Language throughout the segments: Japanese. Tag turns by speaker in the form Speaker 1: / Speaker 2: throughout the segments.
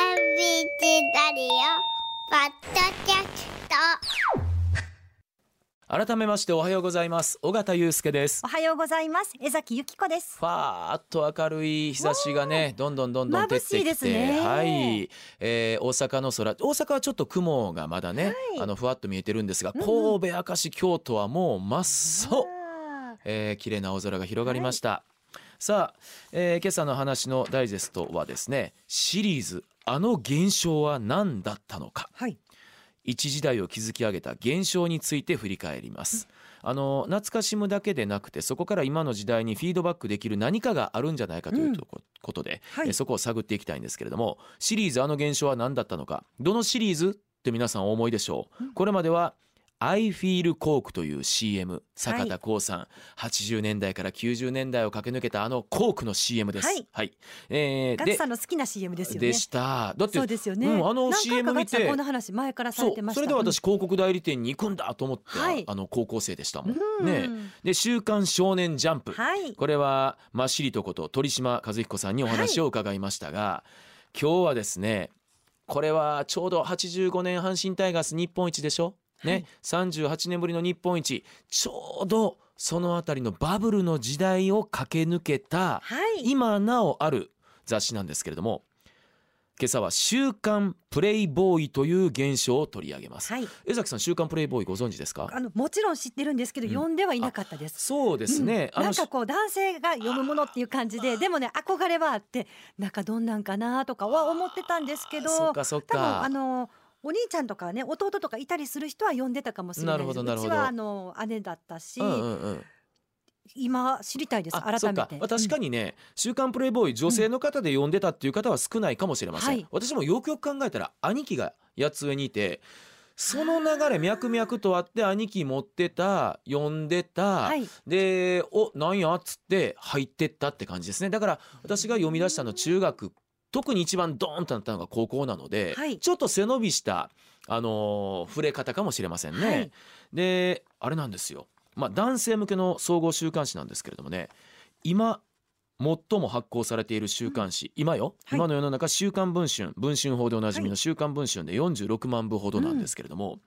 Speaker 1: チラリオポッドキャスト
Speaker 2: 改めましておはようございます尾形祐介です
Speaker 3: おはようございます江崎由紀子です
Speaker 2: ファーっと明るい日差しがねどんどんどんどん照ってきて
Speaker 3: 眩しいですね
Speaker 2: はい、えー、大阪の空大阪はちょっと雲がまだね、
Speaker 3: はい
Speaker 2: あのふわっと見えてるんですが、
Speaker 3: うんうん
Speaker 2: 神戸明石京都はもう真っ青、えー、綺麗な青空が広がりました、さあ、えー、今朝の話のダイジェストはですねシリーズあの現象は何だったのか
Speaker 3: はい
Speaker 2: 一時代を築き上げた現象について振り返ります。あの懐かしむだけでなくてそこから今の時代にフィードバックできる何かがあるんじゃないかというとこ,、ことで、
Speaker 3: はい
Speaker 2: えそこを探っていきたいんですけれどもシリーズ「あの現象は何だったのか」どのシリーズって皆さんお思いでしょう、これまでは「I Feel Coke」という CM 坂田光さん、80年代から90年代を駆け抜けたあのコークの CM です。
Speaker 3: はい
Speaker 2: えー
Speaker 3: ガ
Speaker 2: で
Speaker 3: チさんの好きな CM ですよね
Speaker 2: でしただって
Speaker 3: そうですよね、
Speaker 2: うんあの
Speaker 3: 何回
Speaker 2: CM
Speaker 3: か
Speaker 2: 見
Speaker 3: ガチさ
Speaker 2: て
Speaker 3: んこの話前からさ
Speaker 2: そ
Speaker 3: れ
Speaker 2: う
Speaker 3: てまし
Speaker 2: そ
Speaker 3: た
Speaker 2: れで私広告代理店に行くんだと思って、
Speaker 3: はい
Speaker 2: あの高校生でしたもん、
Speaker 3: うん
Speaker 2: ねで「週刊少年ジャンプ」
Speaker 3: はい
Speaker 2: これはまっしりとこと鳥島和彦さんにお話を伺いましたが、今日はですねこれはちょうど85年阪神タイガース日本一でしょ、
Speaker 3: は
Speaker 2: ね
Speaker 3: い
Speaker 2: 38年ぶりの日本一ちょうどそのあたりのバブルの時代を駆け抜けた
Speaker 3: はい
Speaker 2: 今なおある雑誌なんですけれども今朝は「週刊プレイボーイ」という現象を取り上げます、
Speaker 3: はい
Speaker 2: 江崎さん「週刊プレイボーイ」ご存知ですか
Speaker 3: あのもちろん知ってるんですけど、
Speaker 2: うん
Speaker 3: 読んではいなかったです
Speaker 2: そうですね、
Speaker 3: うん
Speaker 2: あ
Speaker 3: な
Speaker 2: の
Speaker 3: んかこう男性が読むものっていう感じででもね憧れはあってなんかどんなんかなとかは思ってたんですけど
Speaker 2: そっかそっ
Speaker 3: 多分
Speaker 2: か
Speaker 3: あのお兄ちゃんとかね弟とかいたりする人は呼んでたかもしれないです
Speaker 2: なるほどなるほど
Speaker 3: うちはあの姉だったし、
Speaker 2: うんうんうん、
Speaker 3: 今知りたいです改め
Speaker 2: あそっか
Speaker 3: て
Speaker 2: 確かにね「週刊プレイボーイ」女性の方で読んでたっていう方は少ないかもしれません、
Speaker 3: はい
Speaker 2: 私もよくよく考えたら兄貴が八つ上にいてその流れ脈々とあって兄貴持ってた読んでた、
Speaker 3: うんはい
Speaker 2: で「おなんや?」っつって入ってったって感じですねだから私が読み出したの中学特に一番ドーンとなったのが高校なので、
Speaker 3: はい
Speaker 2: ちょっと背伸びした、あのー触れ方かもしれませんね。
Speaker 3: はい
Speaker 2: であれなんですよ、まあ、男性向けの総合週刊誌なんですけれどもね今最も発行されている週刊誌、今よ、
Speaker 3: はい
Speaker 2: 今の世の中「週刊文春」文春法でおなじみ
Speaker 3: は
Speaker 2: の「週刊文春」で46万部ほどなんですけれども、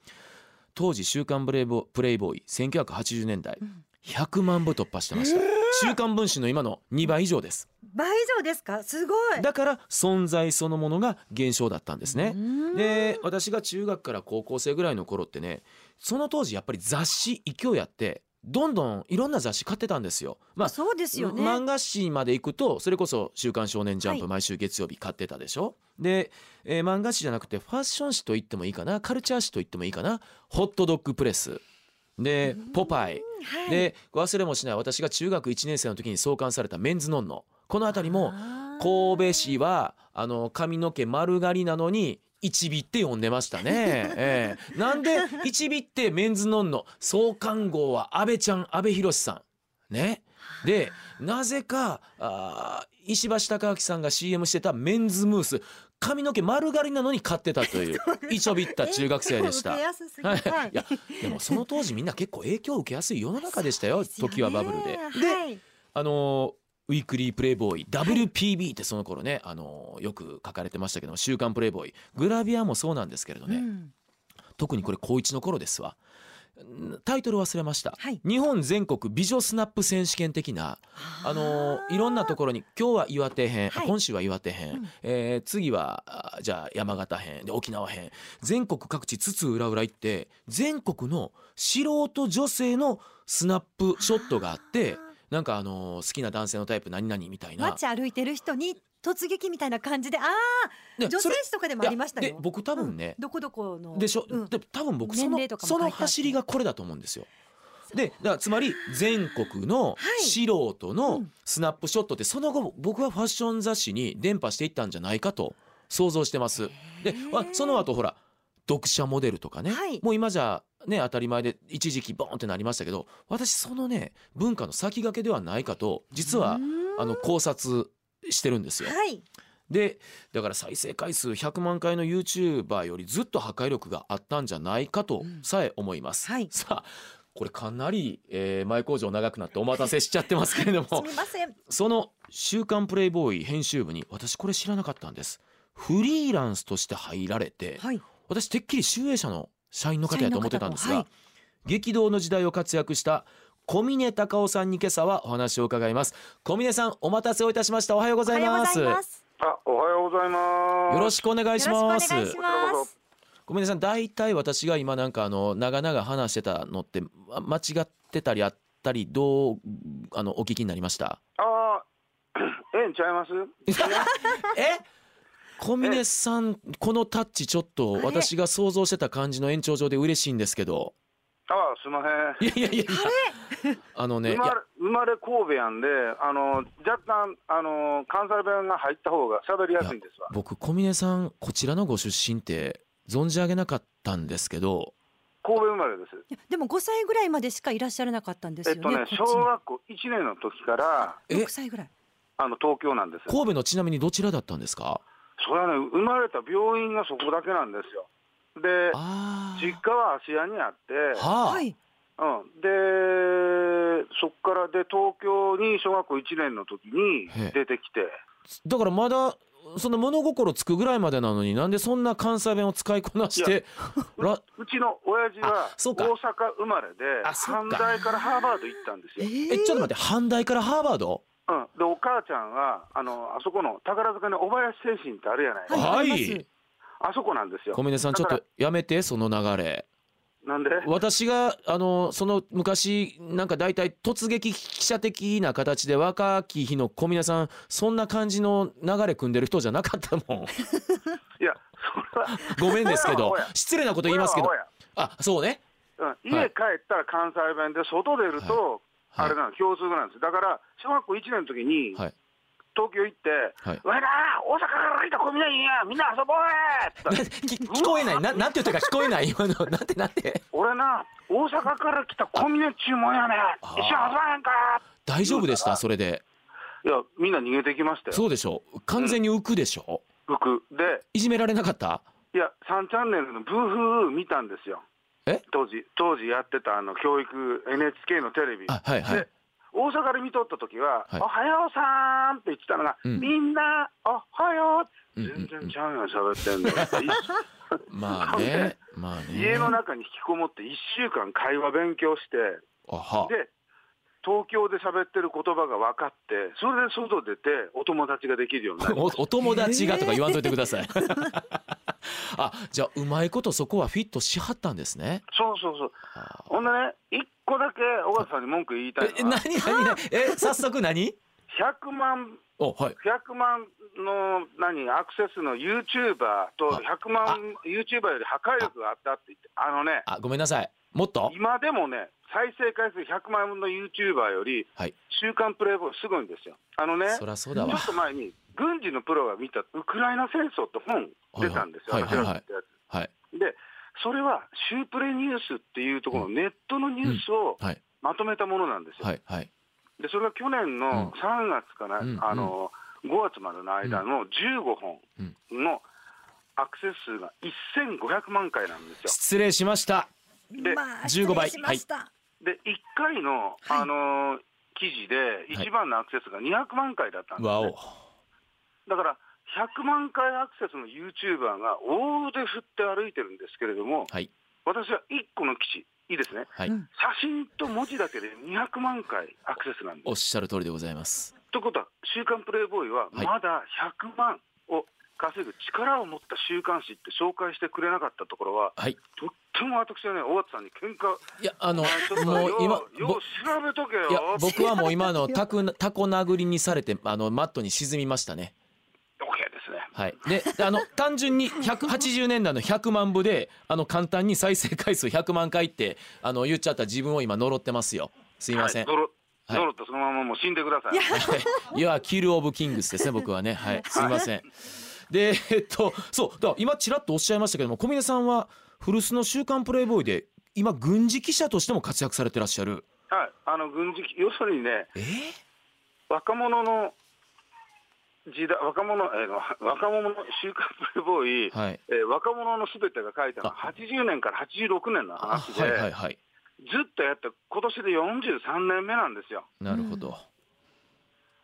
Speaker 2: 当時「週刊プレイボーイプレイボーイ」1980年代、
Speaker 3: うん
Speaker 2: 100万部突破してました、週刊文春の今の2倍以上です
Speaker 3: 倍以上ですかすごい
Speaker 2: だから存在そのものが減少だったんですね、
Speaker 3: うん
Speaker 2: で私が中学から高校生ぐらいの頃ってねその当時やっぱり雑誌勢いやってどんどんいろんな雑誌買ってたんですよ。まあ
Speaker 3: そうですよね、
Speaker 2: 漫画誌まで行くとそれこそ「週刊少年ジャンプ」
Speaker 3: はい
Speaker 2: 毎週月曜日買ってたでしょ、で、えー漫画誌じゃなくてファッション誌と言ってもいいかなカルチャー誌と言ってもいいかなホットドッグプレスで「ポパイ」
Speaker 3: はい、
Speaker 2: で忘れもしない私が中学1年生の時に創刊された「メンズノンノ」この辺りも
Speaker 3: あー
Speaker 2: 神戸市はあの髪の毛丸刈りなのに一尾って呼んでました ね。ええ、なんで一尾ってメンズノンの創刊号は安倍ちゃん安倍博さんね。でなぜかあー石橋貴明さんが CM してたメンズムース髪の毛丸刈りなのに買ってたと いういちょびった中学生でした。
Speaker 3: 受け
Speaker 2: は
Speaker 3: やすすぎた
Speaker 2: い、いやでもその当時みんな結構影響を受けやすい世の中でした よ
Speaker 3: ですよね
Speaker 2: 時はバブルで。で
Speaker 3: はい
Speaker 2: あのウィークリープレイボーイ WPB ってその頃ね、あのよく書かれてましたけども「週刊プレイボーイ」グラビアもそうなんですけれどね、
Speaker 3: うん
Speaker 2: 特にこれ高1の頃ですわんタイトル忘れました、
Speaker 3: はい
Speaker 2: 日本全国美女スナップ選手権的なあのいろんなところに今日は岩手編、あ
Speaker 3: はい
Speaker 2: 今週は岩手編、
Speaker 3: うん
Speaker 2: えー次はあじゃあ山形編で沖縄編全国各地津々浦々行って全国の素人女性のスナップショットがあってなんかあのー好きな男性のタイプ何々みたいな
Speaker 3: 街歩いてる人に突撃みたいな感じでああ
Speaker 2: で
Speaker 3: 女
Speaker 2: そ
Speaker 3: 性
Speaker 2: れ
Speaker 3: 誌とかでもありました
Speaker 2: いや
Speaker 3: よ
Speaker 2: で僕多分ね
Speaker 3: うん、どこどこの
Speaker 2: でしょ、
Speaker 3: うん
Speaker 2: で多分僕そ
Speaker 3: 年
Speaker 2: の
Speaker 3: 齢とかも書
Speaker 2: そ
Speaker 3: いてあ
Speaker 2: の
Speaker 3: って
Speaker 2: 走りがこれだと思うんですよ。でだからつまり全国の
Speaker 3: い
Speaker 2: 素人
Speaker 3: う
Speaker 2: の
Speaker 3: ん
Speaker 2: スナップショットってその後僕はファッション雑誌に伝播していったんじゃないかと想像してます。であその後ほら読者モデルとかね、
Speaker 3: はい
Speaker 2: もう今じゃね当たり前で一時期ボーンってなりましたけど私そのね文化の先駆けではないかと実は
Speaker 3: うん
Speaker 2: あの考察してるんですよ。
Speaker 3: はい
Speaker 2: でだから再生回数100万回の YouTuber よりずっと破壊力があったんじゃないかとさえ思います、
Speaker 3: うんはい
Speaker 2: さあこれかなり、えー前工場長くなってお待たせしちゃってます けれど
Speaker 3: す
Speaker 2: も
Speaker 3: みません
Speaker 2: その「週刊プレイボーイ」編集部に私これ知らなかったんですフリーランスとして入られて、
Speaker 3: はい。
Speaker 2: 私てっきり集英社の社員の方やと思ってたんですが、
Speaker 3: 社員の方
Speaker 2: 激動の時代を活躍した小峰隆夫さんに今朝はお話を伺います小峰さんお待たせをいたしましたおはようご
Speaker 3: お
Speaker 2: ざ
Speaker 3: はいようご
Speaker 2: ま
Speaker 3: ざ
Speaker 2: す
Speaker 3: い
Speaker 2: よ
Speaker 3: ます。
Speaker 4: あ、おはようございます。
Speaker 2: ろ
Speaker 4: し
Speaker 2: しくお願いします
Speaker 3: よろしくお願いします。
Speaker 2: 小峰さん大体私が今なんかあの長々話してたのってま間違ってたりあったりどうあのお聞きになりました
Speaker 4: あ ー、ええんちゃいます？
Speaker 2: え小峰さんこのタッチちょっと私が想像してた感じの延長上で嬉しいんですけど
Speaker 4: あ、すいませ
Speaker 2: いやいやいやいやあのね
Speaker 4: ん。
Speaker 2: い
Speaker 4: 生まれ
Speaker 2: や
Speaker 4: 生まれ神戸やんで、あの若干あの関西弁が入った方が喋りやすいんですわ。
Speaker 2: 僕小峰さんこちらのご出身って存じ上げなかったんですけど
Speaker 4: 神戸生まれです。
Speaker 3: いやでも5歳ぐらいまでしかいらっしゃらなかったんです
Speaker 4: え
Speaker 3: よ
Speaker 4: っ
Speaker 3: ね。
Speaker 4: と
Speaker 3: こっ
Speaker 4: ね、
Speaker 3: ち
Speaker 4: 小学校一年の時から
Speaker 2: え
Speaker 3: 6歳ぐらい。
Speaker 4: あの東京なんです。
Speaker 2: 神戸のちなみにどちらだったんですか
Speaker 4: それはね、生まれた病院がそこだけなんですよ。で、
Speaker 2: あ
Speaker 4: 実
Speaker 2: あ
Speaker 4: 家は芦屋にあって、
Speaker 2: はあ、
Speaker 3: はい。
Speaker 4: うん、でそこからで東京に小学校1年の時に
Speaker 2: へえ
Speaker 4: 出てきて
Speaker 2: だからまだそんな物心つくぐらいまでなのになんでそんな関西弁を使いこなしてら
Speaker 4: うちの親父は
Speaker 2: あそ
Speaker 4: 大
Speaker 2: うか
Speaker 4: 阪生まれで
Speaker 2: あそっか
Speaker 4: 阪大からハーバード行ったんですよ、
Speaker 2: えちょっと待って阪大からハーバード
Speaker 4: うん、でお母ちゃんはあのあそこの宝塚の小林精神ってあるやない、
Speaker 3: はい
Speaker 2: は
Speaker 3: わかりま
Speaker 2: い
Speaker 3: す
Speaker 4: あそこなんですよ
Speaker 2: 小峰さんちょっ
Speaker 4: だ
Speaker 2: と
Speaker 4: か
Speaker 2: やめてその流れ
Speaker 4: らなんで
Speaker 2: 私があのその昔なんか大体突撃記者的な形で若き日の小峰さんそんな感じの流れ組んでる人じゃなかった もん
Speaker 4: いやそれは
Speaker 2: ごめんですけど
Speaker 4: おやおや
Speaker 2: 失礼なこと言いますけど
Speaker 4: 親は
Speaker 2: あそうね
Speaker 4: 親うん、家帰ったら関西弁で外出ると、
Speaker 2: はい
Speaker 4: あれなの共通語なんですだから小学校1年の時に
Speaker 2: はい
Speaker 4: 東京行って、
Speaker 2: はい
Speaker 4: わいな大阪から来た小峰いいやみんな遊ぼうえって言っ
Speaker 2: な
Speaker 4: たら
Speaker 2: き 聞こえないななんて言ったか聞こえない今のなんてなんて
Speaker 4: 俺な大阪から来た小峰注文やねん
Speaker 2: あ
Speaker 4: 一緒に遊ばへんか
Speaker 2: 大丈夫でしたそれで
Speaker 4: いやみんな逃げてきましたよ
Speaker 2: そうでしょ完全に浮くでしょ
Speaker 4: 服で
Speaker 2: いじめられなかった
Speaker 4: いや3チャンネルのブーフー見たんですよ
Speaker 2: え
Speaker 4: 当時当時やってたあの教育 NHK のテレビ
Speaker 2: あはいはい
Speaker 4: で大阪で見とった時は「
Speaker 2: はい
Speaker 4: おはようさん」って言ってたのが「
Speaker 2: うん
Speaker 4: みんなおはよう」
Speaker 2: うんうんう
Speaker 4: 全
Speaker 2: ん
Speaker 4: 然ちゃうやん喋ってん の
Speaker 2: まあねまあね
Speaker 4: 家の中に引きこもって1週間会話勉強して
Speaker 2: あは
Speaker 4: で東京で喋ってる言葉が分かってそれで外出てお友達ができるようになる
Speaker 2: おお友達がとか言わんといてください。あじゃあうまいことそこはフィットしはったんですね。
Speaker 4: そうそ うそうほんでね一個だけ尾形さんに文句言いたい
Speaker 2: え
Speaker 4: の
Speaker 2: 何
Speaker 4: は
Speaker 2: 何何え早速何？
Speaker 4: 100万
Speaker 2: おはい。
Speaker 4: 100万の何アクセスの YouTuber と
Speaker 2: あ
Speaker 4: 100万 YouTuber より破壊力があったって言ってあのね
Speaker 2: あごめんなさい。もっと
Speaker 4: 今でもね再生回数100万分の YouTuber より
Speaker 2: はい。
Speaker 4: 「週刊プレイボーイ」すごいんですよあのね
Speaker 2: そ
Speaker 4: ち
Speaker 2: りゃそう
Speaker 4: ょ
Speaker 2: だわ
Speaker 4: っ。と前に軍事のプロが見たウクライナ戦争って本出たんですよ
Speaker 2: はいはいはいはい
Speaker 4: 私が知ってるやつ
Speaker 2: はい
Speaker 4: で、それはシュープレニュースっていうところのネットのニュースを
Speaker 2: はい
Speaker 4: まとめたものなんですよ。
Speaker 2: はいはい。
Speaker 4: で、それが去年の3月から、
Speaker 2: うん
Speaker 4: あの5月までの間の15本のアクセス数が1500万回なんですよ。
Speaker 2: 失礼しました。
Speaker 4: で
Speaker 3: まあ、
Speaker 2: 15倍
Speaker 3: 失礼しました。
Speaker 4: で、1回の、
Speaker 3: はい
Speaker 4: あの記事で一番のアクセスが200万回だったんです、ね
Speaker 2: わお。
Speaker 4: だから100万回アクセスの YouTuber が大腕振って歩いてるんですけれども、
Speaker 2: はい
Speaker 4: 私は1個の記事、いいですね、
Speaker 2: はい。
Speaker 3: うん
Speaker 4: 写真と文字だけで200万回アクセスなんで
Speaker 2: お
Speaker 4: す。
Speaker 2: っしゃる通りでございます。
Speaker 4: ということは、週刊プレイボーイは
Speaker 2: はい
Speaker 4: まだ100万を稼ぐ力を持った週刊誌って紹介してくれなかったところは、
Speaker 2: はい。
Speaker 4: とっても私はね、大畑さんに喧嘩
Speaker 2: いやあの
Speaker 4: ちょっと
Speaker 2: もう
Speaker 4: よう
Speaker 2: 今
Speaker 4: よう
Speaker 2: ぼ
Speaker 4: 調べとけ
Speaker 2: いや
Speaker 4: よ、
Speaker 2: 僕はもう今のタコタコ殴りにされてあのマットに沈みましたね。
Speaker 4: OK ですね。
Speaker 2: はい、であ の単純に180年代の100万部であの簡単に再生回数100万回ってあの言っちゃった自分を今呪ってますよすいません、
Speaker 4: はい、ドロ
Speaker 2: はい
Speaker 4: ドロッとそのままもう死んでください。
Speaker 2: い、やキル・オブ・キングスですね僕はねはいすいませんでえっとそうだから今ちらっとおっしゃいましたけども小峰さんは古巣の「週刊プレイボーイ」で今軍事記者としても活躍されてらっしゃる
Speaker 4: はい、あの軍事機要するにね、
Speaker 2: え
Speaker 4: 若者の時代、若者、えー若者の週刊プレイボーイ、
Speaker 2: はい
Speaker 4: えー若者のすべてが書いたのは
Speaker 2: あ
Speaker 4: 80年から86年の
Speaker 2: あ
Speaker 4: 話で、
Speaker 2: はいはいはい
Speaker 4: ずっとやって、今年で43年目なんですよ。
Speaker 2: なるほど、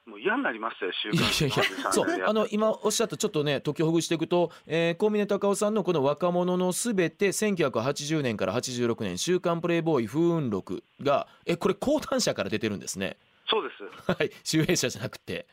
Speaker 4: もう嫌になりま したよ、週
Speaker 2: いや
Speaker 4: 刊
Speaker 2: いやいや
Speaker 4: さ、ん
Speaker 2: そう
Speaker 4: や、
Speaker 2: あの今おっしゃったちょっとね、解きほぐしていくと、えー、小峰隆夫さんのこの若者のすべて、1980年から86年、週刊プレイボーイ風雲録が、え、これ講談社から出てるんですね。
Speaker 4: そうです。
Speaker 2: はい、集英社じゃなくて。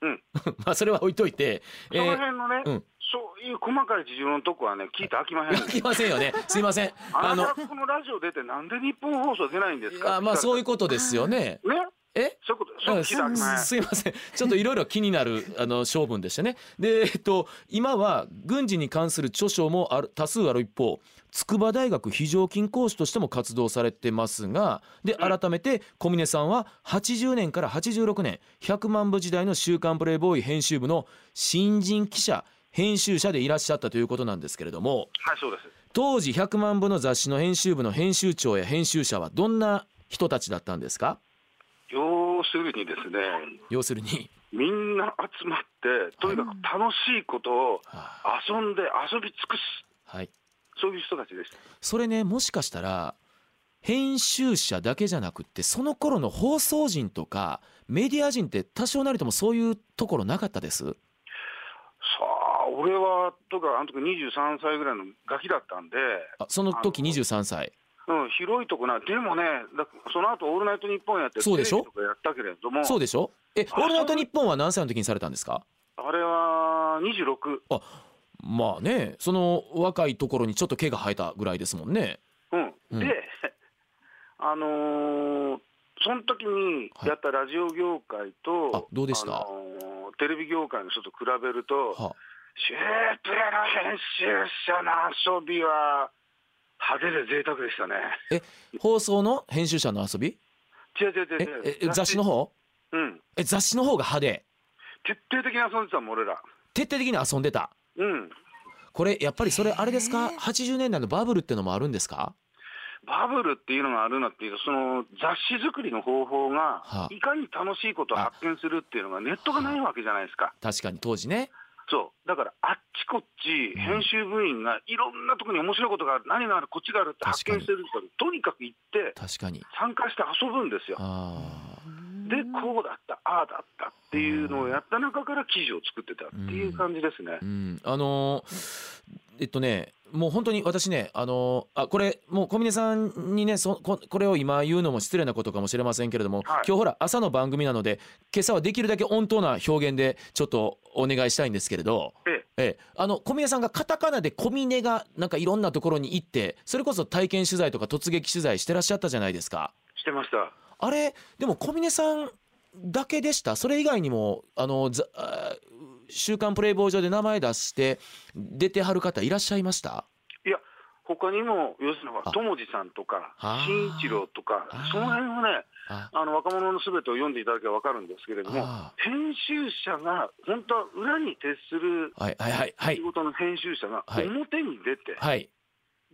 Speaker 4: うん。
Speaker 2: まあ、それは置いといて。
Speaker 4: その辺のね、
Speaker 2: うん
Speaker 4: そういう細かい事情のとこはね、聞いて飽きまへん
Speaker 2: い
Speaker 4: ね
Speaker 2: や、来ませんよね。すいません。
Speaker 4: あ
Speaker 2: あ
Speaker 4: な
Speaker 2: の
Speaker 4: た、このラジオ出てなんで日本放送出ないんですか
Speaker 2: あまあ、そう
Speaker 4: い
Speaker 2: いうことですよね。
Speaker 4: う。ね
Speaker 2: え
Speaker 4: そういうこと、そういうこと聞いて飽きまへん。
Speaker 2: す いませんちょっといろいろ気になるあの性分でしたねでえっと今は軍事に関する著書もある多数ある一方筑波大学非常勤講師としても活動されてますがで
Speaker 4: うん
Speaker 2: 改めて小峰さんは80年から86年100万部時代の「週刊プレイボーイ」編集部の新人記者編集者でいらっしゃったということなんですけれども
Speaker 4: はい、そうです。
Speaker 2: 当時100万部の雑誌の編集部の編集長や編集者はどんな人たちだったんですか
Speaker 4: 要するにですね、
Speaker 2: 要するに、
Speaker 4: みんな集まって、とにかく楽しいことを
Speaker 2: はあ
Speaker 4: 遊んで遊び尽くす、
Speaker 2: はい、
Speaker 4: そういう人たちでした。
Speaker 2: それねもしかしたら編集者だけじゃなくってその頃の放送人とかメディア人って多少なりともそういうところなかったです
Speaker 4: さあ、俺は、とか、あの時23歳ぐらいのガキだったんで、
Speaker 2: あその時
Speaker 4: あの
Speaker 2: 23歳
Speaker 4: うん、広いとこな、でもね、だその後オールナイトニッポンやって、
Speaker 2: そうでしょ
Speaker 4: テレビとかやったけれども、
Speaker 2: そうでしょえ「オ
Speaker 4: あ
Speaker 2: ールナイトニッポン」は何歳の時にされたんですか
Speaker 4: あれは26、
Speaker 2: まあねその若いところにちょっと毛が生えたぐらいですもんね
Speaker 4: うん、
Speaker 2: うん
Speaker 4: で、 あのーその時にやったラジオ業界と、
Speaker 2: はいあどうでした
Speaker 4: あのーテレビ業界の人と比べると、
Speaker 2: は
Speaker 4: シュープレの編集者の遊びは、派手で贅沢でしたね。
Speaker 2: 放送の編集者の遊び
Speaker 4: 違う違
Speaker 2: え
Speaker 4: う違う違う
Speaker 2: え雑誌の方
Speaker 4: うん、
Speaker 2: え雑誌の方が派手
Speaker 4: 徹底的な遊んでたもん、俺ら。
Speaker 2: 徹底的に遊んでた
Speaker 4: うん、
Speaker 2: これやっぱりそれあれですか
Speaker 3: へえ
Speaker 2: 80年代のバブルってのもあるんですか
Speaker 4: バブルっていうのがあるなっていうと、その雑誌作りの方法が
Speaker 2: はあ、
Speaker 4: いかに楽しいことを発見するっていうのが、ネットがないわけじゃないですか。
Speaker 2: 確かに当時ね
Speaker 4: そう、だからあっちこっち、編集部員がいろんなとこに面白いことがある、何がある、こっちがあるって発見してる人にとにかく行って、
Speaker 2: 確かに
Speaker 4: 参加して遊ぶんですよ。
Speaker 2: ああ
Speaker 4: で、こうだった、ああだったっていうのをやった中から記事を作ってたっていう感じですね
Speaker 2: う。ん、あのーえっとねもう本当に私ねあのーあこれもう小峰さんにねそここれを今言うのも失礼なことかもしれませんけれども、
Speaker 4: はい
Speaker 2: 今日ほら朝の番組なので今朝はできるだけ温当な表現でちょっとお願いしたいんですけれど、
Speaker 4: ええ
Speaker 2: ええ、あの小峰さんがカタカナで小峰がなんかいろんなところに行ってそれこそ体験取材とか突撃取材してらっしゃったじゃないですか。
Speaker 4: してました。
Speaker 2: あれでも小峰さんだけでしたそれ以外にもあのざあー週刊プレイボーイ上で名前出して出てはる方いらっしゃいました
Speaker 4: いや、他にも、要するにほら
Speaker 2: あ
Speaker 4: 友治さんとか
Speaker 2: あー、
Speaker 4: 新一郎とか
Speaker 2: あー、
Speaker 4: その辺はね、
Speaker 2: あ
Speaker 4: あの若者のすべてを読んでいただけば分かるんですけれども、
Speaker 2: あ
Speaker 4: 編集者が、本当は裏に徹する
Speaker 2: はいはいはいは
Speaker 4: 仕
Speaker 2: い
Speaker 4: 事の編集者が
Speaker 2: はい
Speaker 4: 表に出て、
Speaker 2: はい、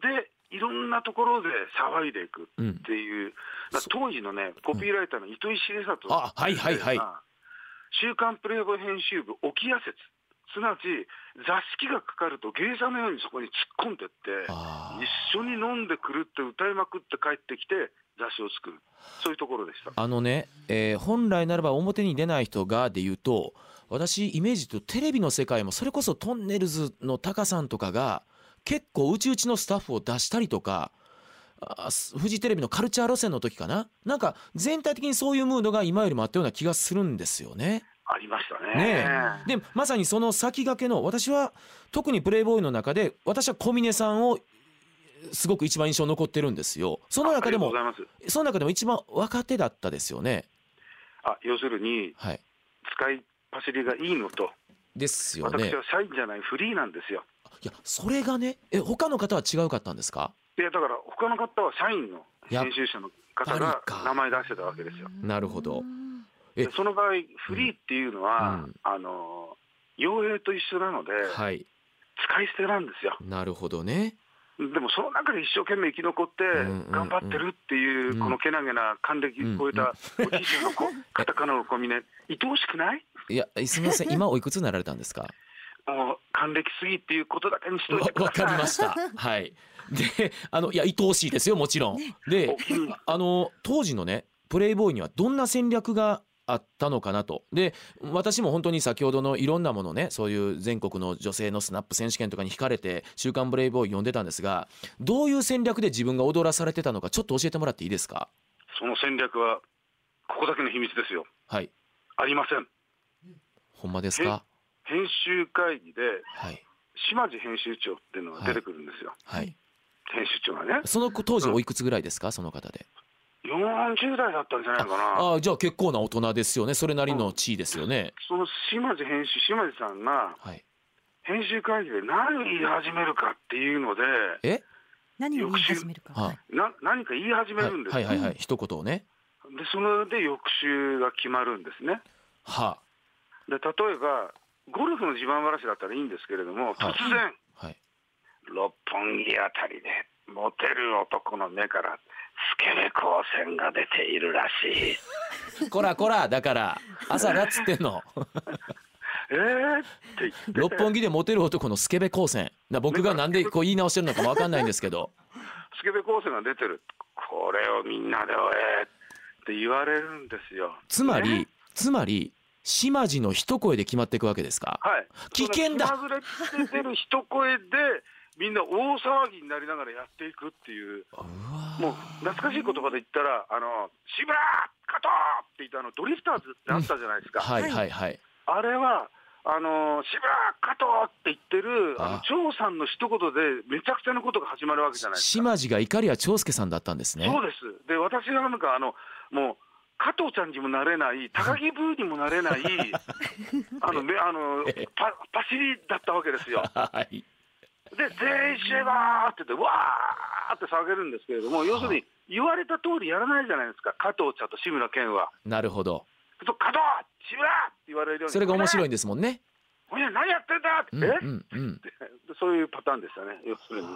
Speaker 4: で、いろんなところで騒いでいくっ
Speaker 2: うん、
Speaker 4: ていう、だから当時のね、コピーライターの糸井重里
Speaker 2: あはいはいはい
Speaker 4: が週刊プレイボーイ編集部沖屋説、すなわち雑誌がかかると芸者のようにそこに突っ込んでって、
Speaker 2: あー
Speaker 4: 一緒に飲んでくるって歌いまくって帰ってきて雑誌を作るそういうところでした
Speaker 2: あのね、えー本来ならば表に出ない人がで言うと私イメージとテレビの世界もそれこそトンネルズのタカさんとかが結構うちうちのスタッフを出したりとかあすフジテレビのカルチャー路線の時かななんか全体的にそういうムードが今よりもあったような気がするんですよね。
Speaker 4: ありましたね
Speaker 2: ねでまさにその先駆けの私は特に「プレイボーイ」の中で私は小峰さんをすごく一番印象に残ってるんですよ。その中で
Speaker 4: あ
Speaker 2: も
Speaker 4: りがとうございます
Speaker 2: その中でも一番若手だったですよね。
Speaker 4: あ要するに
Speaker 2: はい、
Speaker 4: 使い走りがいいのと
Speaker 2: ですよね
Speaker 4: 私。は社員じゃないフリーなんですよ
Speaker 2: いやそれがねえ他の方は違うかったんですか
Speaker 4: いやだから他の方は社員の
Speaker 2: やっ
Speaker 4: 編集者の方が
Speaker 2: ぱりか
Speaker 4: 名前出してたわけですよ
Speaker 2: なるほどえ
Speaker 4: でその場合フリーっていうのは、
Speaker 2: うん
Speaker 4: あの傭兵と一緒なので、
Speaker 2: はい
Speaker 4: 使い捨てなんですよ
Speaker 2: なるほどね
Speaker 4: でもその中で一生懸命生き残って
Speaker 2: んうん
Speaker 4: 頑張ってるっていう、
Speaker 2: うん
Speaker 4: このけなげな還暦超えたおじいちゃん の子、カタカナの子みね、愛おしくない
Speaker 2: いやすみませ ん今おいくつになられたんですか
Speaker 4: もう還暦すぎっていうことだけにしとい
Speaker 2: わ
Speaker 4: てく
Speaker 2: わ
Speaker 4: ださ
Speaker 2: か
Speaker 4: い。
Speaker 2: りました はいであのいや愛おしいですよもちろんで
Speaker 4: おうん
Speaker 2: あの当時のねプレイボーイにはどんな戦略があったのかなとで私も本当に先ほどのいろんなものねそういう全国の女性のスナップ選手権とかに惹かれて「週刊ブレイブ」を読んでたんですがどういう戦略で自分が踊らされてたのかちょっと教えてもらっていいですか
Speaker 4: その戦略は、ここだけの秘密ですよ。
Speaker 2: はい
Speaker 4: ありません。
Speaker 2: ほんまですか
Speaker 4: 編集会議で、
Speaker 2: はい
Speaker 4: 島地編集長っていうのが出てくるんですよ。
Speaker 2: はい
Speaker 4: 編集長がね。
Speaker 2: その当時おいくつぐらいですかその方で
Speaker 4: 40代だったんじゃないかな。
Speaker 2: ああじゃあ結構な大人ですよねそれなりの地位ですよね
Speaker 4: その島地編集、島地さんが、
Speaker 2: はい
Speaker 4: 編集会議で何言い始めるかっていうので、
Speaker 2: え
Speaker 3: 何を言い始めるか。
Speaker 2: はい
Speaker 4: な何か言い始め
Speaker 2: はい
Speaker 4: るんです
Speaker 2: はい
Speaker 4: よ
Speaker 2: はいはい一言をね
Speaker 4: でそれで翌週が決まるんですね
Speaker 2: は
Speaker 4: で例えばゴルフの自慢話だったらいいんですけれど
Speaker 2: はい
Speaker 4: も突然、
Speaker 2: あはい
Speaker 4: 六本木あたりでモテる男の目からスケベ光線が出ているらしい
Speaker 2: こらこらだから朝だっつってん の
Speaker 4: えー、って言っ
Speaker 2: 六
Speaker 4: て
Speaker 2: 本木でモテる男のスケベ光線な僕がなんでこう言い直してるのかもわかんないんですけ ど
Speaker 4: スケベ光線が出てるこれをみんなで追えって言われるんですよ
Speaker 2: つまり
Speaker 4: ね
Speaker 2: つまり島地の一声で決まっていくわけですか
Speaker 4: はい
Speaker 2: 危険だ
Speaker 4: その気まぐれって出る一声でみんな大騒ぎになりながらやっていくっていう
Speaker 2: うわ
Speaker 4: もう懐かしい言葉で言ったら、あの志村加藤って言ったあのドリフターズってあったじゃないですか、
Speaker 2: はいはいはい
Speaker 4: あれは、あの志村加藤って言ってる、
Speaker 2: ああ
Speaker 4: あの張さんの一言で、めちゃくちゃなことが始まるわけじゃないですか。
Speaker 2: 島地が怒りは長介さんだったんですね
Speaker 4: そうですで私はなんかあのもう加藤ちゃんにもなれない、高木ブーにもな れない、あのめあのパパシリだったわけですよ。
Speaker 2: はい
Speaker 4: で、全員死ねばーって言って、わーって騒げるんですけれども、要するに、言われた通りやらないじゃないですか、加藤茶と志村けんは。
Speaker 2: なるほど
Speaker 4: そう加藤志村って言われるように。
Speaker 2: それが面白い
Speaker 4: い。
Speaker 2: んですもんね
Speaker 4: お前何やってんだって、
Speaker 2: うんう
Speaker 4: え
Speaker 2: んうん
Speaker 4: でそういうパターンでしたね、要するに。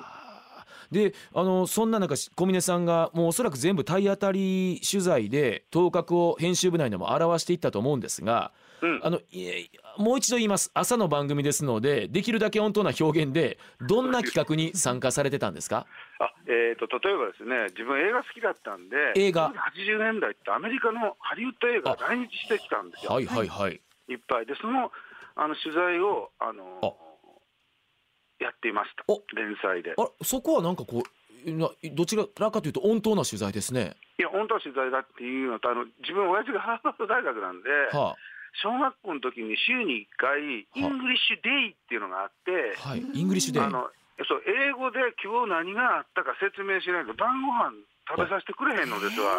Speaker 2: であのそんな中小峰さんがもうおそらく全部体当たり取材で頭角を編集部内でも表していったと思うんですが
Speaker 4: うん、
Speaker 2: あのいえもう一度言います朝の番組ですのでできるだけ温当な表現でどんな企画に参加されてたんですか
Speaker 4: あえー、と例えばですね、自分、映画好きだったんで、
Speaker 2: 映画
Speaker 4: 80年代って、アメリカのハリウッド映画が来日してきたんですよ、
Speaker 2: いはいはい
Speaker 4: いっぱい。で、そのあの取材を、あのやっていました
Speaker 2: お、
Speaker 4: 連載で。
Speaker 2: あそこはなんかこうなどちらかというと温当な取材ですね
Speaker 4: いや、本当は取材だっていうのと、あの自分、親父がハーバード大学なんで、
Speaker 2: は
Speaker 4: 小学校の時に週に1回、イングリッシュデイっていうのがあって、
Speaker 2: あ、はいイングリッシュデイ
Speaker 4: あのそう英語で今日何があったか説明しないと、晩ご飯食べさせてくれへんのですわ、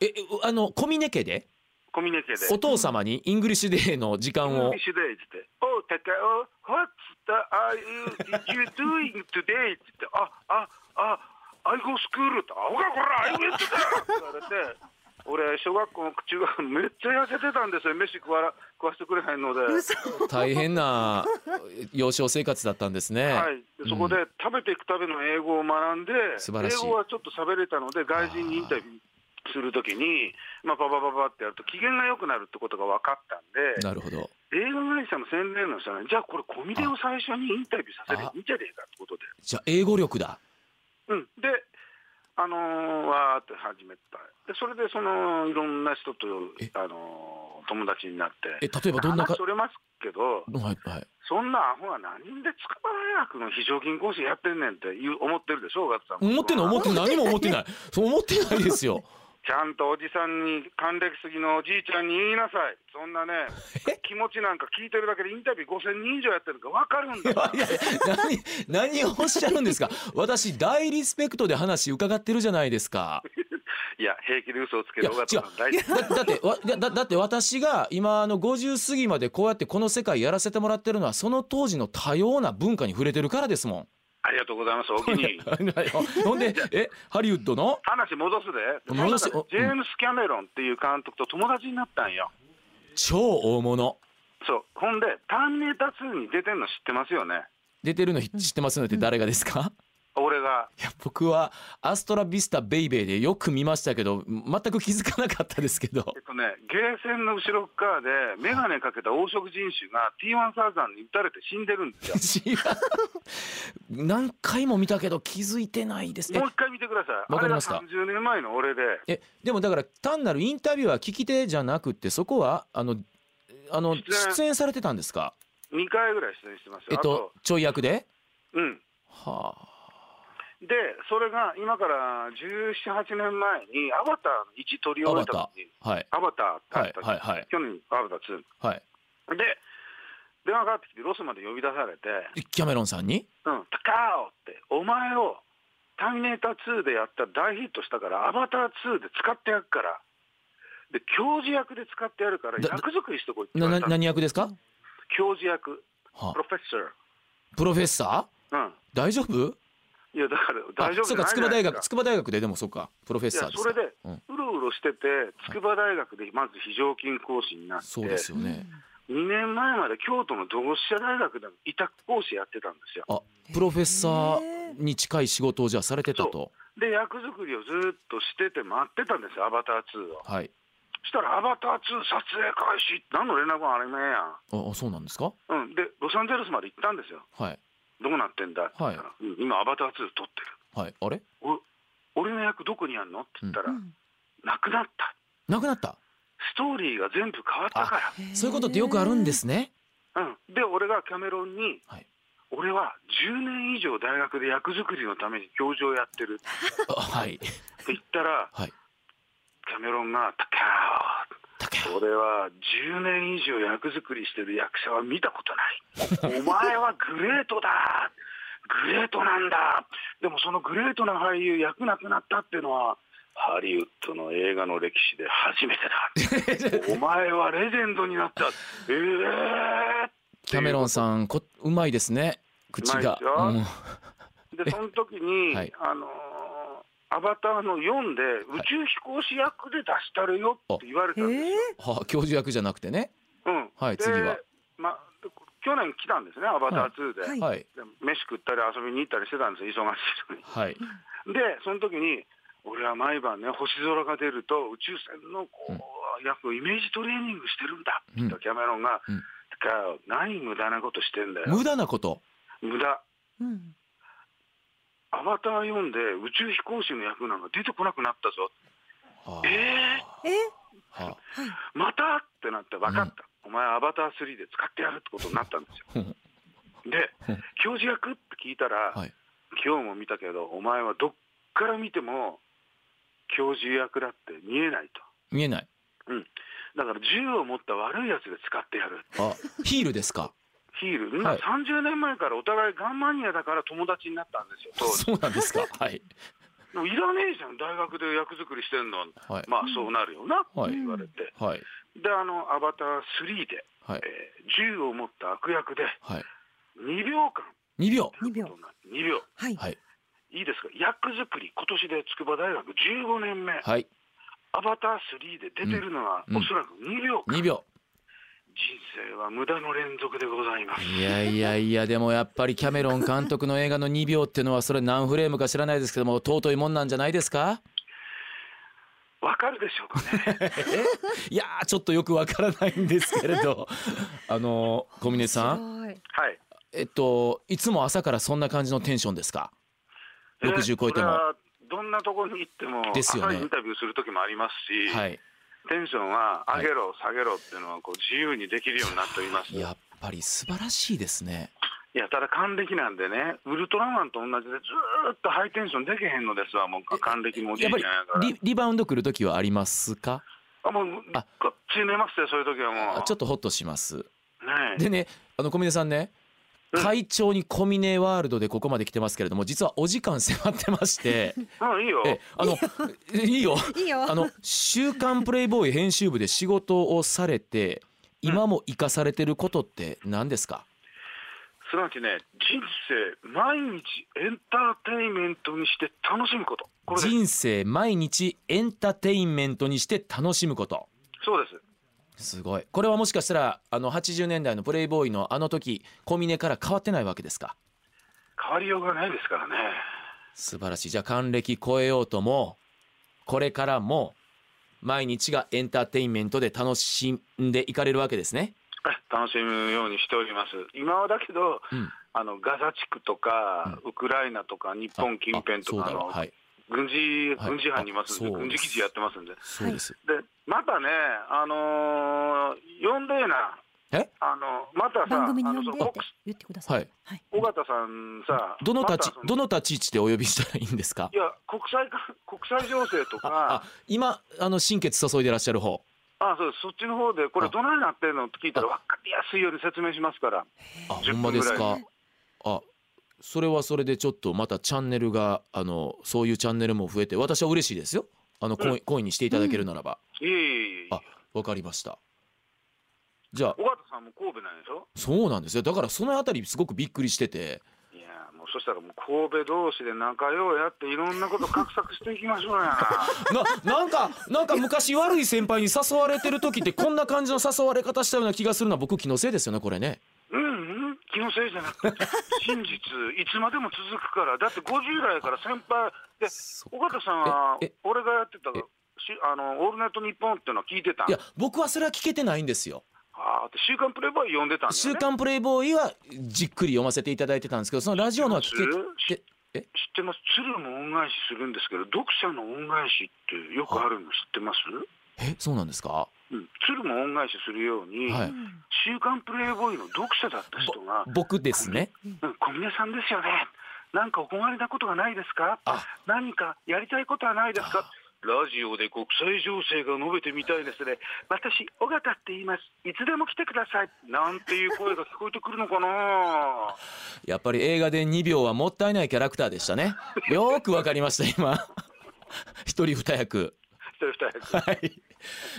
Speaker 2: ええあの小峰家で
Speaker 4: コミュニケで。
Speaker 2: お父様にイングリッシュデイの時間
Speaker 4: イン
Speaker 2: を
Speaker 4: グリッシュデイってって、おう、高尾、What the are you, did you doing today? って言って、あ、あ、あ、I go school って、あほかこら、I went to って言われて、俺、小学校、中学、めっちゃ痩せてたんですよ、飯食わら食わしてくれへんので。
Speaker 3: 嘘。
Speaker 2: 大変な幼少生活だったんですね。
Speaker 4: はい、でそこで食べていくための英語を学んで、
Speaker 2: 素晴らしい
Speaker 4: 英語はちょっと喋れたので、外人にインタビューするときに、まあ、パパパパってやると、機嫌が良くなるってことが分かったんで、
Speaker 2: なるほど。
Speaker 4: 映画会社の宣伝の人はね、じゃあこれ、コミデを最初にインタビューさせ
Speaker 2: あ
Speaker 4: ていいんじゃねえかってことで、
Speaker 2: じゃあ英語力だ。
Speaker 4: うん、で、あのーわーって始めた、でそれでそのいろんな人と
Speaker 2: え、
Speaker 4: あのー友達になって、
Speaker 2: え例えばどんなか
Speaker 4: 話。それますけど、
Speaker 2: はいはい。
Speaker 4: そんなアホは何人で筑波大学の非常勤講師やってんねんって言う思ってるでしょ、小勝さんも。
Speaker 2: 思ってない思ってない何も思ってない。そう思ってないですよ。
Speaker 4: ちゃんとおじさんに、還暦すぎのおじいちゃんに言いなさい、そんなね、気持ちなんか聞いてるだけでインタビュー5000人以上やってるから分かるんだか
Speaker 2: い
Speaker 4: ら
Speaker 2: やいや何何をおっしゃるんですか。私大リスペクトで話伺ってるじゃないですか。
Speaker 4: いや、平気で嘘をつけ
Speaker 2: い
Speaker 4: る小
Speaker 2: や
Speaker 4: 勝さん、大丈夫。
Speaker 2: だだってわだだだって私が今あの50過ぎまでこうやってこの世界やらせてもらってるのはその当時の多様な文化に触れてるからですもん。
Speaker 4: ありがとうございます、お 気に入り。
Speaker 2: ほんでえハリウッドの
Speaker 4: 話戻すで、
Speaker 2: 戻す
Speaker 4: その中でジェームス・キャメロンっていう監督と友達になったんよ。
Speaker 2: 超大物。
Speaker 4: そう、ほんで、ターミネーター2に出てんの知ってますよね、
Speaker 2: 出てるの知ってますのって誰がですか、
Speaker 4: 俺が。
Speaker 2: いや僕はアストラビスタベイベーでよく見ましたけど全く気づかなかったですけど
Speaker 4: えっとね、ゲーセンの後ろ側で、眼鏡かけた黄色人種が T1 サーザンに撃たれて死んでるんです
Speaker 2: 違
Speaker 4: よ。
Speaker 2: う何回も見たけど気づいてないですね
Speaker 4: もう一回見てくください。
Speaker 2: わかりました
Speaker 4: あれが30年前の俺で。
Speaker 2: えでもだから単なるインタビュアー聞き手じゃなくてそこはあのあの
Speaker 4: 出演
Speaker 2: 出演されてたんですか
Speaker 4: 2回ぐらい出演してますよ。
Speaker 2: えっとちょい役で
Speaker 4: あと、うん。
Speaker 2: はあ
Speaker 4: で、それが今から17、8年前に、アバターの1取り
Speaker 2: ア
Speaker 4: 終
Speaker 2: バ
Speaker 4: えた
Speaker 2: タ
Speaker 4: 時に、
Speaker 2: ーはい
Speaker 4: アバターってあ
Speaker 2: は
Speaker 4: っ
Speaker 2: い
Speaker 4: たじゃ
Speaker 2: は
Speaker 4: ん
Speaker 2: いはい
Speaker 4: 去年、アバター
Speaker 2: はい
Speaker 4: 2。で、電話かかってきて、ロスまで呼び出されて、
Speaker 2: えキャメロンさんに
Speaker 4: うん、高尾って、お前をターミネーター2でやった大ヒットしたから、アバター2で使ってやるから、で、教授役で使ってやるから、
Speaker 2: だだ
Speaker 4: 役作りしてこいって言
Speaker 2: な
Speaker 4: わ
Speaker 2: な
Speaker 4: れたの
Speaker 2: 何役ですか、
Speaker 4: 教授役、
Speaker 2: は
Speaker 4: プロフェッ
Speaker 2: あ、プロフェッサ
Speaker 4: サー。うん。
Speaker 2: ー大丈夫
Speaker 4: いや、だから
Speaker 2: あ
Speaker 4: 大丈夫
Speaker 2: そうか
Speaker 4: じゃない
Speaker 2: 筑波大
Speaker 4: じゃない
Speaker 2: 学
Speaker 4: ですか
Speaker 2: 筑波大学ででもそうかプロフェッサー
Speaker 4: い
Speaker 2: で
Speaker 4: や、
Speaker 2: す
Speaker 4: そ
Speaker 2: か
Speaker 4: れで、
Speaker 2: うん
Speaker 4: うろうろしてて、筑波大学でまず非常勤講師になって、
Speaker 2: そうですよね、
Speaker 4: 2年前まで京都の同志社大学で委託講師やってたんですよ。
Speaker 2: あプロフェッサーに近い仕事をじゃあされてたと
Speaker 4: で、役作りをずっとしてて、待ってたんですよ、アバター2を。
Speaker 2: はい
Speaker 4: そしたら、アバター2撮影開始何の連絡もあれね
Speaker 2: ああそうなんですか
Speaker 4: えやん。うん、で、ロサンゼルスまで行ったんですよ。
Speaker 2: はい
Speaker 4: どうなってんだって言ったら、うん今、アバター2撮って
Speaker 2: はいあれ
Speaker 4: る。お俺の役どこにあんのって言ったら、
Speaker 3: うん
Speaker 4: なくなった。
Speaker 2: なくなった
Speaker 4: ストーリーが全部変わったから。
Speaker 2: そういうことってよくあるんですね
Speaker 4: うん、で俺がキャメロンに、
Speaker 2: はい
Speaker 4: 俺は10年以上大学で役作りのために教授をやってる
Speaker 2: あはい
Speaker 4: って言ったら
Speaker 2: はい
Speaker 4: キャメロンが「たけ
Speaker 2: 竹
Speaker 4: ー俺は10年以上役作りしてる役者は見たこと ないお前はグレートだグレートなんだでもそのグレートな俳優役なくなったっていうのはハリウッドの映画の歴史で初めて だお前はレジェンドになったええー
Speaker 2: キャメロンさんこうまいですね口が
Speaker 4: うまいで
Speaker 2: ん
Speaker 4: でその時に、
Speaker 2: はい
Speaker 4: あのーアバターの4で宇宙飛行士役で出したるよって言われたんです、
Speaker 3: へえ
Speaker 2: は教授役じゃなくてね
Speaker 4: うん
Speaker 2: はい
Speaker 4: で
Speaker 2: 次は
Speaker 4: ま、去年来たんですね、アバター2で,、
Speaker 3: はい
Speaker 4: で
Speaker 2: はい
Speaker 4: 飯食ったり遊びに行ったりしてたんですよ、忙しい時に。
Speaker 2: はい
Speaker 4: で、その時に、俺は毎晩ね、星空が出ると、宇宙船のこう、役をイメージトレーニングしてるんだって言ったキャメロンが、
Speaker 2: うん
Speaker 4: だから何無駄なことしてんだよ、
Speaker 2: 無駄なこと
Speaker 4: 無駄。
Speaker 3: うん
Speaker 4: アバター4で宇宙飛行士の役なんか出てこなくなったぞ。
Speaker 2: は
Speaker 4: えー
Speaker 3: え
Speaker 2: あは
Speaker 4: またってなって分かった、お前アバター3で使ってやるってことになったんですよで
Speaker 2: うん
Speaker 4: 教授役って聞いたら、
Speaker 2: はい
Speaker 4: 今日も見たけどお前はどっから見ても教授役だって見えない
Speaker 2: 見えない
Speaker 4: と、うん、だから銃を持った悪いやつで使ってやる
Speaker 2: あヒールですか
Speaker 4: ヒールみん
Speaker 2: は
Speaker 4: ない30年前からお互いガンマニアだから友達になったんですよ当時
Speaker 2: そうなんですかはい
Speaker 4: でもいらねえじゃん大学で役作りしてんの
Speaker 2: はい
Speaker 4: まあそうなるよなって
Speaker 2: はい
Speaker 4: 言われて、
Speaker 2: はい
Speaker 4: であのアバター3で、
Speaker 2: はい
Speaker 4: えー銃を持った悪役で
Speaker 2: はい
Speaker 4: 2秒間
Speaker 2: 2秒
Speaker 3: 2秒
Speaker 4: 2秒
Speaker 3: はい
Speaker 2: はい
Speaker 4: いいですか役作り今年で筑波大学15年目、
Speaker 2: はい
Speaker 4: アバター3で出てるのは、
Speaker 2: うん
Speaker 4: おそらく2秒間
Speaker 2: 2秒
Speaker 4: 人生は無駄の連続でございます
Speaker 2: いやいやいやでもやっぱりキャメロン監督の映画の2秒っていうのはそれ何フレームか知らないですけども尊いもんなんじゃないですか
Speaker 4: わかるでしょうかね
Speaker 2: いやーちょっとよくわからないんですけれどあのー小峰さん
Speaker 3: ん
Speaker 4: はい
Speaker 2: えっといつも朝からそんな感じのテンションですか60超えても
Speaker 4: それはどんなところに行っても
Speaker 2: ですよね
Speaker 4: 朝インタビューする時もありますし、
Speaker 2: はい
Speaker 4: テンションは上げろ、下げろっていうのはこう自由にできるようになっております
Speaker 2: やっぱり素晴らしいですね
Speaker 4: いやただ還暦なんでねウルトラマンと同じでずーっとハイテンションできへんのですわもう還暦もおじい
Speaker 2: やっ
Speaker 4: ちゃ
Speaker 2: ぱ
Speaker 4: ん
Speaker 2: り
Speaker 4: やから
Speaker 2: リリバウンド来る時はありますか
Speaker 4: あもう
Speaker 2: あ
Speaker 4: こっち寝ますよそういう時はも
Speaker 2: あ
Speaker 4: う
Speaker 2: ちょっとホッとします
Speaker 4: ねえ
Speaker 2: でねあの小峰さんね
Speaker 4: うん
Speaker 2: 会長にコミネワールドでここまで来てますけれども実はお時間迫ってまして
Speaker 4: うんいいよ
Speaker 2: えあのいいよ
Speaker 3: いいよ
Speaker 2: あの「週刊プレイボーイ」編集部で仕事をされて今も生かされてることって何ですか、
Speaker 4: すなわちね人生毎日エンターテインメントにして楽しむことこれです
Speaker 2: 人生毎日エンターテインメントにして楽しむこと
Speaker 4: そうです
Speaker 2: すごいこれはもしかしたらあの80年代のプレイボーイのあの時小峰から変わってないわけですか
Speaker 4: 変わりようがないですからね
Speaker 2: 素晴らしいじゃあ還暦超えようともこれからも毎日がエンターテインメントで楽しんでいかれるわけですね
Speaker 4: え楽しむようにしております今はだけど、
Speaker 2: うん
Speaker 4: あのガザ地区とか、ウクライナとか日本近辺とか
Speaker 2: あそうだ
Speaker 4: の
Speaker 2: わはい
Speaker 4: 軍事、
Speaker 2: はい
Speaker 4: 軍事班にいますんで、
Speaker 2: あそう
Speaker 4: 軍
Speaker 2: で
Speaker 4: 事
Speaker 2: す
Speaker 4: 記事やってますんで。
Speaker 2: そうです。
Speaker 4: で、またね、あのー、呼んでえな。
Speaker 2: え
Speaker 4: あの、またさ、
Speaker 3: 番組に
Speaker 4: あ
Speaker 3: 呼
Speaker 4: の、
Speaker 3: ん
Speaker 4: そ
Speaker 3: で
Speaker 4: の
Speaker 3: って
Speaker 4: 国
Speaker 3: 言ってください。
Speaker 2: はい
Speaker 3: はい。
Speaker 4: 緒方さんさ、
Speaker 2: どの
Speaker 4: ま
Speaker 2: 立ち
Speaker 4: たその
Speaker 2: どの立ち位置でお呼びしたらいいんですか
Speaker 4: い。や、国際か、国際情勢と
Speaker 2: あ
Speaker 4: か、
Speaker 2: 今あの心血注いでらっしゃる方。
Speaker 4: あそうですそっちの方で、これ
Speaker 2: あ
Speaker 4: どないなってんのって聞いたら、分かりやすいように説明しますから。
Speaker 2: あ
Speaker 4: 10
Speaker 2: ほんまです
Speaker 4: 分
Speaker 2: か。あそれはそれでちょっとまたチャンネルがあのそういうチャンネルも増えて私は嬉しいですよ。あの恋恋にしていただけるならば。
Speaker 4: いえいえいえ。
Speaker 2: あわかりました。じゃあ
Speaker 4: 緒方さんも神戸なんでしょ
Speaker 2: そうなんですよ。だからそのあたりすごくびっくりしてて。
Speaker 4: いやもうそしたらもう神戸同士で仲ようやっていろんなこと画策していきましょう や
Speaker 2: ななんかなんか昔悪い先輩に誘われてる時ってこんな感じの誘われ方したような気がするのは僕気のせいですよねこれね
Speaker 4: うんうん気のせいじゃなく て真実いつまでも続くからだって50代から先輩で
Speaker 2: そ
Speaker 4: 尾形さんは
Speaker 2: ええ
Speaker 4: 俺がやってた
Speaker 2: え
Speaker 4: しあの「オールナイトニッポン」っていうのは聞いてたん
Speaker 2: いや僕はそれは聞けてないんですよ
Speaker 4: ああって「週刊プレイボーイ」読んでた
Speaker 2: 「
Speaker 4: んだよ
Speaker 2: 週
Speaker 4: ね
Speaker 2: 刊プレイボーイ」はじっくり読ませていただいてたんですけどそのラジオのは聞けて
Speaker 4: 知ってます鶴も恩返しするんですけど読者の恩返しってよくあるの知ってます、
Speaker 2: えそうなんですか
Speaker 4: うん、鶴も恩返しするように、
Speaker 2: はい
Speaker 4: 週刊プレイボーイの読者だった人が
Speaker 2: 僕ですね
Speaker 4: うん小峰さんですよね。なんかお困りなことがないですか
Speaker 2: あ
Speaker 4: 何かやりたいことはないですかラジオで国際情勢が述べてみたいですね。私、尾形って言います。いつでも来てください。なんていう声が聞こえてくるのか な
Speaker 2: やっぱり映画で2秒はもったいないキャラクターでした ねよーくわかりました今 一人二役
Speaker 4: 一人二人。
Speaker 2: はい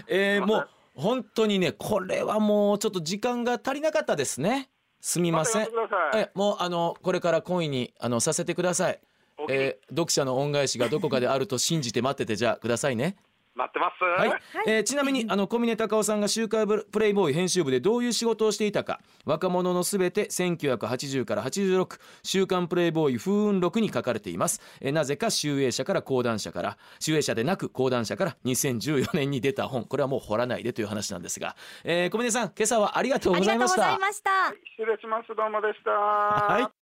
Speaker 2: えー、もう本当にねこれはもうちょっと時間が足りなかったですねすみま
Speaker 4: また
Speaker 2: せ
Speaker 4: や
Speaker 2: ん
Speaker 4: ってください。
Speaker 2: えもうあのこれから恋にあのさせてください、
Speaker 4: お気に入り
Speaker 2: えー読者の恩返しがどこかであると信じて待っててじゃあくださいね
Speaker 4: 待ってます。
Speaker 2: はい、えーちなみにあの小峰隆夫さんが「週刊プレイボーイ」編集部でどういう仕事をしていたか「若者のすべて1980から86週刊プレイボーイ風雲録」に書かれています、えーなぜか集英社から講談社から集英社でなく講談社から2014年に出た本これはもう掘らないでという話なんですが、えー小峰さん今朝はありがと
Speaker 5: あ
Speaker 2: うご
Speaker 5: り
Speaker 2: ざ
Speaker 5: が
Speaker 2: い
Speaker 5: とうご
Speaker 2: まし
Speaker 5: ざ
Speaker 2: た
Speaker 5: い。ました。
Speaker 4: 失礼します。どうもでした。
Speaker 2: はい